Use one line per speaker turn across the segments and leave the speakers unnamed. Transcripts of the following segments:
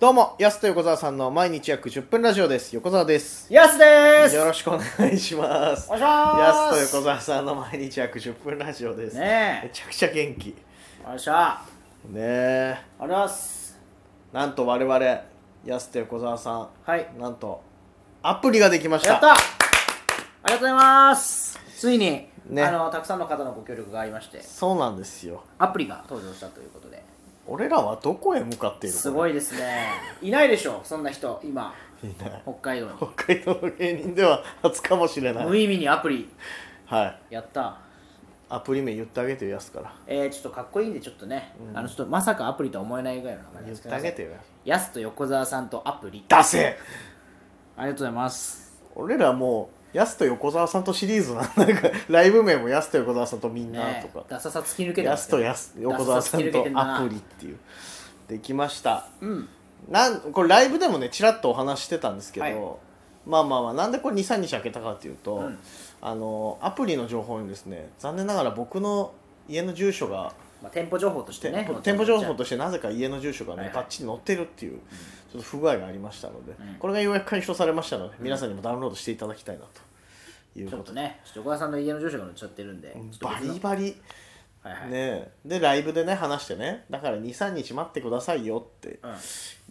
どうも、やすと横澤さんの毎日約10分ラジオです。横澤です。
やすです
よろしくお願いします。
お願いしま
や
す
すと横澤さんの毎日約10分ラジオです。め
ね
ちゃくちゃ元気。ね
えよっしゃ
え。
ありがとうございます
なんと我々、やすと横澤さ
はい
ん、なんと、アプリができました。
やったありがとうございますついに、
ね
あのたくさんの方のご協力がありまして
そうなんですよ。
アプリが登場したということで
俺らはどこへ向かっているの
すご
い。
いですねいないでしょそんな人今
いいね
北海道
北海道の芸人では初かもしれな
に
い。
無意味にアプリ
はい。
やった
アプリ名言ってあげてよ、やすから。
えー、ちょっとかっこいいんでちょっとね、あのちょっとまさかアプリとは思えないぐらいの名前
言
で
っ
す
てあげてよ。
やすと横澤さんとアプリ
出せ
ありがとうございます
俺らもうやすと横澤さんとシリーズなんだ からライブ名もやすと横澤さんとみんな
ね
とか
え、ダサさ突き抜けて
や
ますす
と
よ
やす横澤さん
ダサさ突き抜け
と
てんな
アプリっていうできました
うん
なんこれライブでもねちらっとお話ししてたんですけど、
はい
まあまあまあなんでこれ23日開けたかっていうと、
うん
あのアプリの情報にですね残念ながら僕の家の住所が
まあ、店舗情報として
て
ね
店舗情報
と
としてなぜか家の住所が
はい
ね
はい
バッチリ載ってるっていうちょっと不具合がありましたので、
うん
これがようやく解消されましたので、皆さんにもダウンロードしていただきたいなという
ちょっ
こととで
ねちょっと横田さんの家の住所が載っちゃってるんでちょっ
バ
と別の
リバリ
はいは
ね
い、
えでライブでね話してねだから23日待ってくださいよって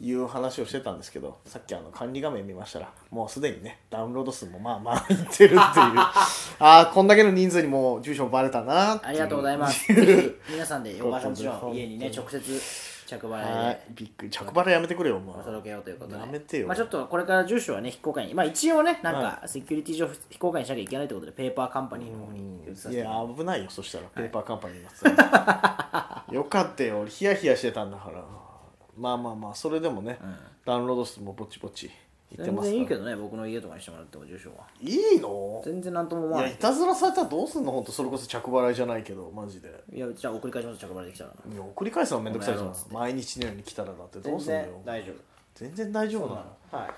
うん、
いう話をしてたんですけどさっきあの管理画面見ましたらもうすでにねダウンロード数もまあまあいってるってい うああこんだけの人数にもう住所バレたなって
ありがとうございますぜひ皆さんで横田さ んちの家にね直接着払
はいいびっくり着払いやめてくれよもう
で届けようということで
やめてよ
まあ、ちょっとこれから住所はね非公開にまあ一応ねなん
は
かセキュリティ上非公開にしなきゃいけないということでペーパーカンパニーの方に移させ
い
て
や危ないよそしたらペーパーカンパニーになってたら よかったよ俺ヒヤヒヤしてたんだからまあまあまあそれでもね、ダウンロード数もぼちぼちいって
全
ます
然
から
いいけどね僕の家とかにしてもらっても住所はい
いの
全然なんとも
い
思わな
や
い
いたずらされたらどうすんのほんとそれこそ着払いじゃないけどマジで
いやじゃあ送り返します着払いできたら
いや送り返すのはめんどくさいじゃ
お
ん
前やろうっつって
毎日のように来たらだってど
全
うすんの
然
よ
大丈
全然大丈夫なの
夫は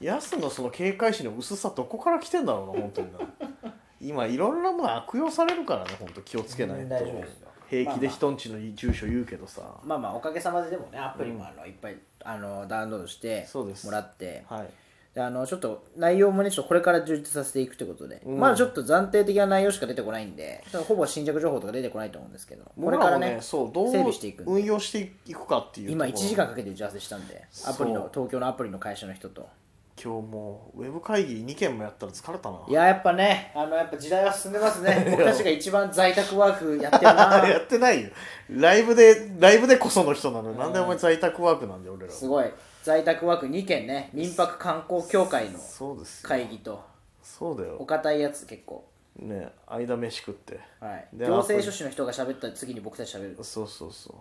い
ヤスのその警戒心の薄さどこから来てんだろうな本当にな今いろんなもの悪用されるからね本当気をつけない
うん
と
大丈夫ですよ
平気で人んちの住所言うけどさ、
まあまあおかげさまででもねアプリもあの、いっぱいあのダウンロードして
そうです
もらって
はい
であのちょっと内容もねちょっとこれから充実させていくということで、まだちょっと暫定的な内容しか出てこないんでちょっとほぼ新着情報とか出てこないと思うんですけどこれ
僕
からら
もね
ね
そうどう
整理していくんで
運用していくかっていうとこ
今
ろ
1時間かけて打ち合わせしたんでアプリの東京のアプリの会社の人と
今日もうウェブ会議2件もやったら疲れたない
ややっぱねあのやっぱ時代は進んでま すね僕たちが一番在宅ワークやってるな
やって ないよライブでライブでこその人なのになんでお前在宅ワークなんで俺ら
すごい在宅ワーク2件ね民泊観光協会の
そうですよ
会議と
そうだ
お
よ
堅いやつ結構
ね間飯食って
はい、
で
行政
ア
書士の人が喋った次に僕たち喋る
そうそうそ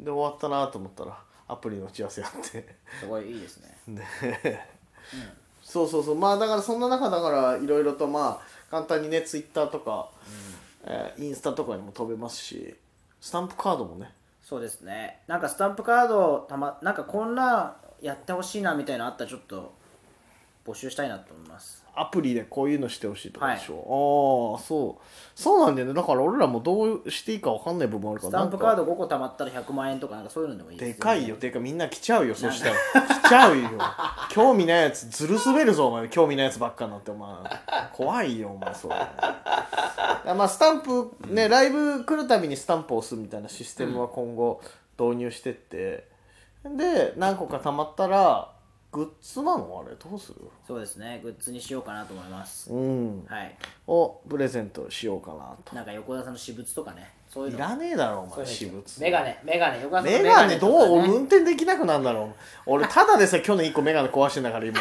うで終わったなと思ったらアプリの打ち合わせやって
すごいいいですね
で、そうそうそうまあだからそんな中だからいろいろとまあ簡単にねツイッターとか、えーインスタとかにも飛べますしスタンプカードもね
そうですねなんかスタンプカードたまなんかこんなやってほしいなみたいなのあったらちょっと募集したいなと思います
アプリでこういうのしてほしいとかでしょ、ああそうそうなんだよねだから俺らもどうしていいか分かんない部分あるか
ス
ら
タンプカー
なんか
ド5個たまったら100万円とかなんかそういうのでもいい
ですかいよてかみんな来ちゃうよそしたら来ちゃうよ 興味ないやつずる滑るぞお前興味ないやつばっかになってお前怖いよお前そうまあスタンプねライブ来るたびにスタンプ押すみたいなシステムは今後導入してってで何個かたまったらグッズなのあれどうする
そうですねグッズにしようかなと思います、
うん
はい
をプレゼントしようかなと
なんか横田さんの私物とかねそういう
い
の
らねえだろお
そうい
前
うの
私物
メガネメガネ横田さんの
メガネ
と
ど
か
う
ね、
俺運転できなくなるんだろう俺ただでさ去年1個メガネ壊してんだから 今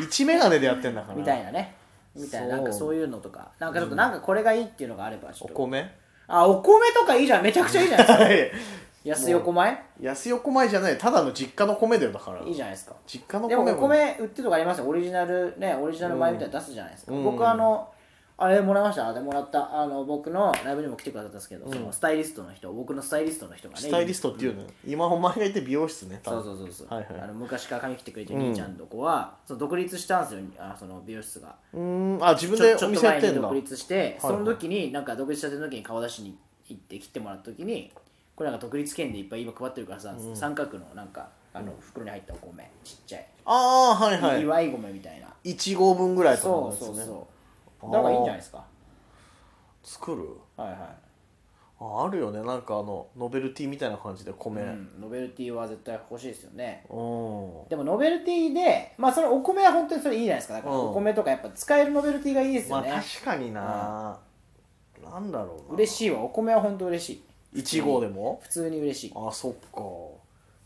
1メガネでやってんだから
みたいなねみたいな
そう
なんかそういうのとかなんかちょっとなんかこれがいいっていうのがあればちょ
お
っと
米
あお米とかいいじゃんめちゃくちゃいいじゃないですか安横米
安横米じゃないただの実家の米だよだから
いいじゃないですか
実家の
で
米
もお米売ってるとかありますよオリジナルねオリジナル米みたいなの出すじゃないですか、
うん
僕あのあれもらいましたあれもらったあの僕のライブにも来てくださったんですけど、そのスタイリストの人僕のスタイリストの人がね
スタイリストっていうの、今お前がいて美容室ね多
そう
分
そうそうそう、
はいはい
あの昔から髪切ってくれてる兄ちゃんの子は、その独立したんですよあその美容室が
うーんあ自分
ちょ
で
ち
お
ょっと
店やっ
前
て
に
んだ
独立して
はい
その時になんか独立したての時に顔出しに行って切ってもらった時にこれなんか独立券でいっぱい今配ってるからさ、三角のなんかあの袋に入ったお米ちっちゃい、
ああはいはい
祝い米みたいな
1合分ぐらいとかの
そ
やつ
うそう
ね
そうだからいいんじゃないですか
作る
はいは
ああるよねなんかあのノベルティみたいな感じで米
い、うん、ノベルティは絶対欲しいですよね
うん、
でもノベルティでまあそれお米は本当にそれいいじゃないですかだから
うん
お米とかやっぱ使えるノベルティがいいです
ま
よ
あ
ね、
確かにな、なんだろうな
嬉しいわお米は本当嬉しい
1号でも
普通に嬉しい、
あそっか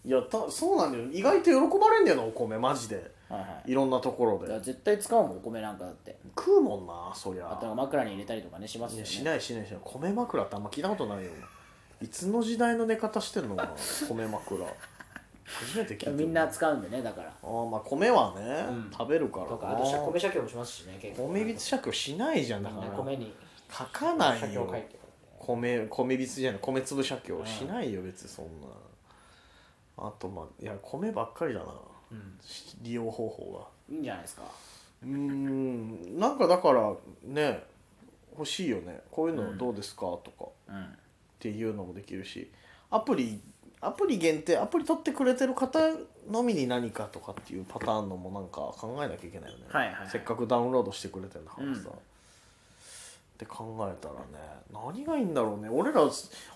いやたそうなんだよ意外と喜ばれんだよなお米マジで
はいはい
いろんなところ
だから
で
絶対使うもんお米なんかだって
食うもんなそり
あ
ゃ
とは枕に入れたりとかねします
い
よ
や
ね
しないしないしない米枕ってあんま聞いたことないよいつの時代の寝方してんのかな米枕初めて聞いた
みんな使うんでねだから
あーまあ米はね、
うん
食べるからな
とかあとしゃ米写経もしますしね結構
米びつ借用しないじゃんだ
みん
か
な
ら
米に
書かない
写経
よ
書いてる
米米びつじゃない米粒写経しないよ別にそんなあとまあいや米ばっかりだな
うん
し利用方法が
いいんじゃないですか
うーんなんかだからね欲しいよねこういうのどうですか、とかっ
うん
ていうのもできるしアプリアプリ限定アプリ取ってくれてる方のみに何かとかっていうパターンのもなんか考えなきゃいけないよね、
はいはい
せっかくダウンロードしてくれてんだからさ、
うん
って考えたらね何がいいんだろうね俺ら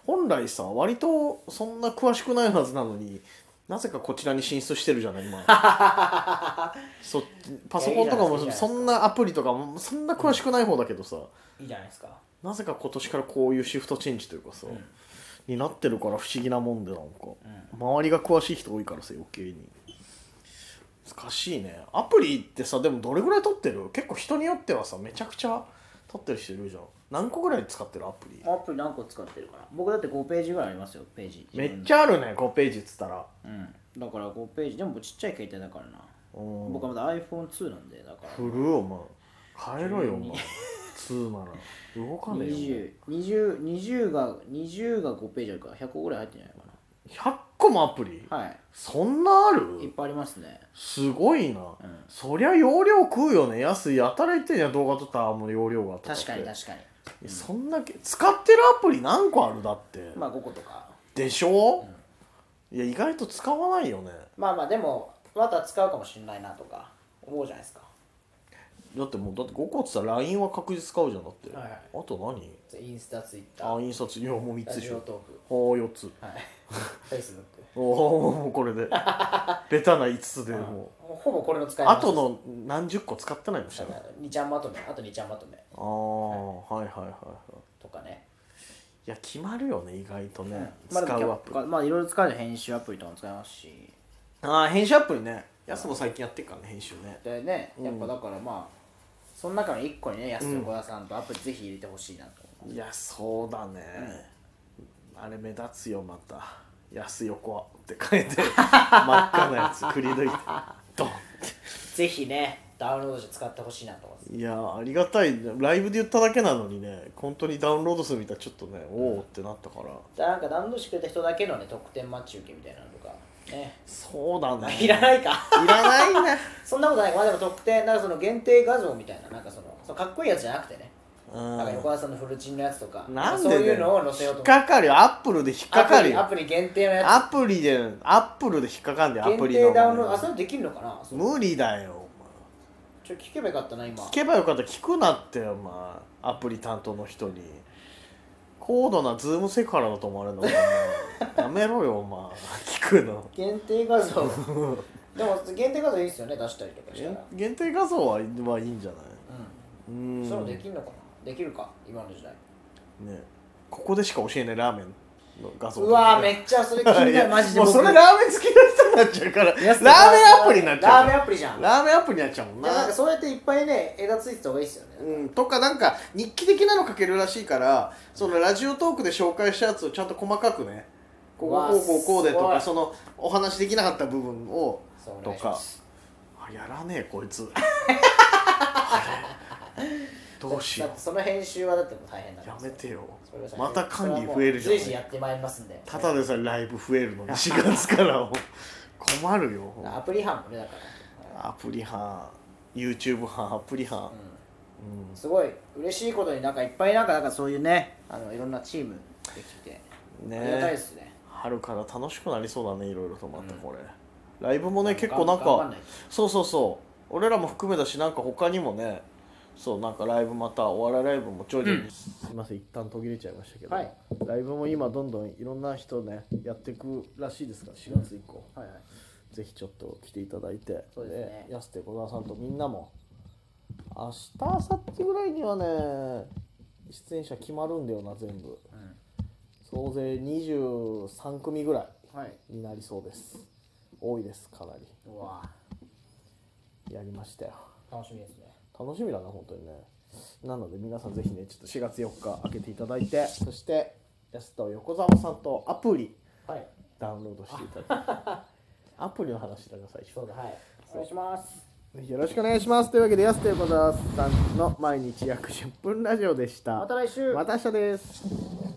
本来さ割とそんな詳しくないはずなのになぜかこちらに進出してるじゃない今 そっちパソコンとか
いやいいじゃない
も
ですか
そんなアプリとかもそんな詳しくない方だけどさ、
いいじゃないですか
なぜか今年からこういうシフトチェンジというかさ、
ん
になってるから不思議なもんでなんか、
う
周りが詳しい人多いからさ余計に難しいねアプリってさでもどれぐらい取ってる結構人によってはさめちゃくちゃ取ってる人いるじゃん何個ぐらい使ってるアプリ
アプリ何個使ってるかな僕だって5ページぐらいありますよページ
めっちゃあるね5ページっつったら
うんだから5ページでもちっちゃい携帯だからな
うん
僕はまだ iPhone2 なんでだから
振るお前変えろよお前2なら動かねえよ
2020 20が20が5ページあるから100個ぐらい入ってんじゃないか
100個もアプリ、
なは
そんなあ
いいっ
る
ぱいありますね
すごいな、
うん
そりゃ容量食うよね安いやたら言ってんじゃん動画撮ったらもう容量がとって
確かに確かに
いやそんだけ使ってるアプリ何個あるだって、
まあ5個とか
でしょ、いや意外と使わないよね
まあまあでもまた使うかもしれないなとか思うじゃないですか
だってもうだって5個っつったら LINE は確実使うじゃんだって、
はいはい
あと
インスタツイッター
何あ印刷いやもう3つ
ラ
でし
ジオ
ょ
トーク
ああ4つ
はい フェイスブック
おおもうこれ でベタな5つでも
もうほぼこれの使
う
い回
あ
し
との何十個使ってないのしたらあ
2ちゃんまとめあと2ちゃんまとめ
あーはいはいはいはい
とかね
いや決まるよね意外とね、
まあで
使
も
うアプリ
まあいろいろ使える編集アプリとかも使えますし
ああ編集アプリねやすも最近やってっからね編集ね
でねやっぱだからまあその中の1個にね安田小田さんとアプリぜひ入れてほしいなと思う
いやそうだね、あれ目立つよまた「安横は」って書いて 真っ赤なやつくり抜いてドンっ
ぜひねダウンロードして使ってほしいなと思います
ていやーありがたいねライブで言っただけなのにね本当にダウンロードするみたいちょっとねおおってなったから
だからなんかダウンロードしてくれた人だけのね特典待ち受けみたいなのとかね
そうだね
いらないか
いらないな
そんなことないまあでも特典なんかその限定画像みたいななんかそのそのかっこいいやつじゃなくてねなんか横
う
田さんのフルチンのやつとか
ん
な
なんん
か
で
そう
だよ
いうのを載せようと
引っ
思って
かかるよアップルで引っかかるよ
アプリアプリ限定のや
アプリでアップルで引っかかんで
つ
アプ
限
リの
定ダウンロードあそれできるのかなそう
無理だよお前
ちょ聞けばよかったな今
聞けばよかった聞くなってお前アプリ担当の人に高度なズームセクハラだと思われるのか なやめろよお前聞くの
限定画 像でも限定画像いいですよね出したりとかしたら
限限定画像はいはいいんじゃないううんん
そういうのできるのかなできるか今の時代
ねここでしか教えないラーメンの画像
うわーめっちゃそれ気に
い
な
や
るマジで
もう
僕
それラーメン好きな人になっちゃうからラ
や
ー
す
メンアプリになっちゃう
ラーメンアプリじゃん
ラーメンアプリになっちゃうもん
いやなん
な
かそうやっていっぱいね枝ついてた方がいいですよね
うん、とかなんか日記的なの書けるらしいからそのラジオトークで紹介したやつをちゃんと細かくねこう
うわ
こうこうこうでとか
す
そのお話できなかった部分を
そうお
と
願いしま
か
す
あやらねえこいつあれどうし
だ
よ
ってその編集はだってもう大変だ
う
から
やめてよ
それは大変
また管理増えるじゃ
それはもう随時や
ん
ってまいりますんで
ただでさえライブ増えるのに4月からもう困るよ
アプリ班もねだから
アプリ派 YouTube 派アプリ派、うん
すごい嬉しいことになんかいっぱいなんかなんかそういうねあのいろんなチームできて、
ね
ありがたいですね
春から楽しくなりそうだねいろいろとまたこれ、ライブもね結構なん
頑張
か
んない
そうそうそう俺らも含めだしなんか他にもねそうなんかライブまたお笑いライブもちょいちょい、すいません一旦途切れちゃいましたけど、
はい
ライブも今どんどんいろんな人ねやっていくらしいですから4月以降、
はいはい
ぜひちょっと来ていただいて
そうですね
やすて小沢さんとみんなも明日明後日ぐらいにはね出演者決まるんだよな全部総勢23組ぐらい
うんはい
になりそうです多いですかなり
うわ
やりましたよ
楽しみですね
楽しみだな本当にねなので皆さんぜひねちょっと4月4日開けていただいてそして安と横澤さんとアプリ
はい
ダウンロードしていただいて アプリの話だから最初
そうだはいお願いします
ぜひよろしくお願いしますというわけで安と横澤さんの毎日約10分ラジオでした
また来週
また明日です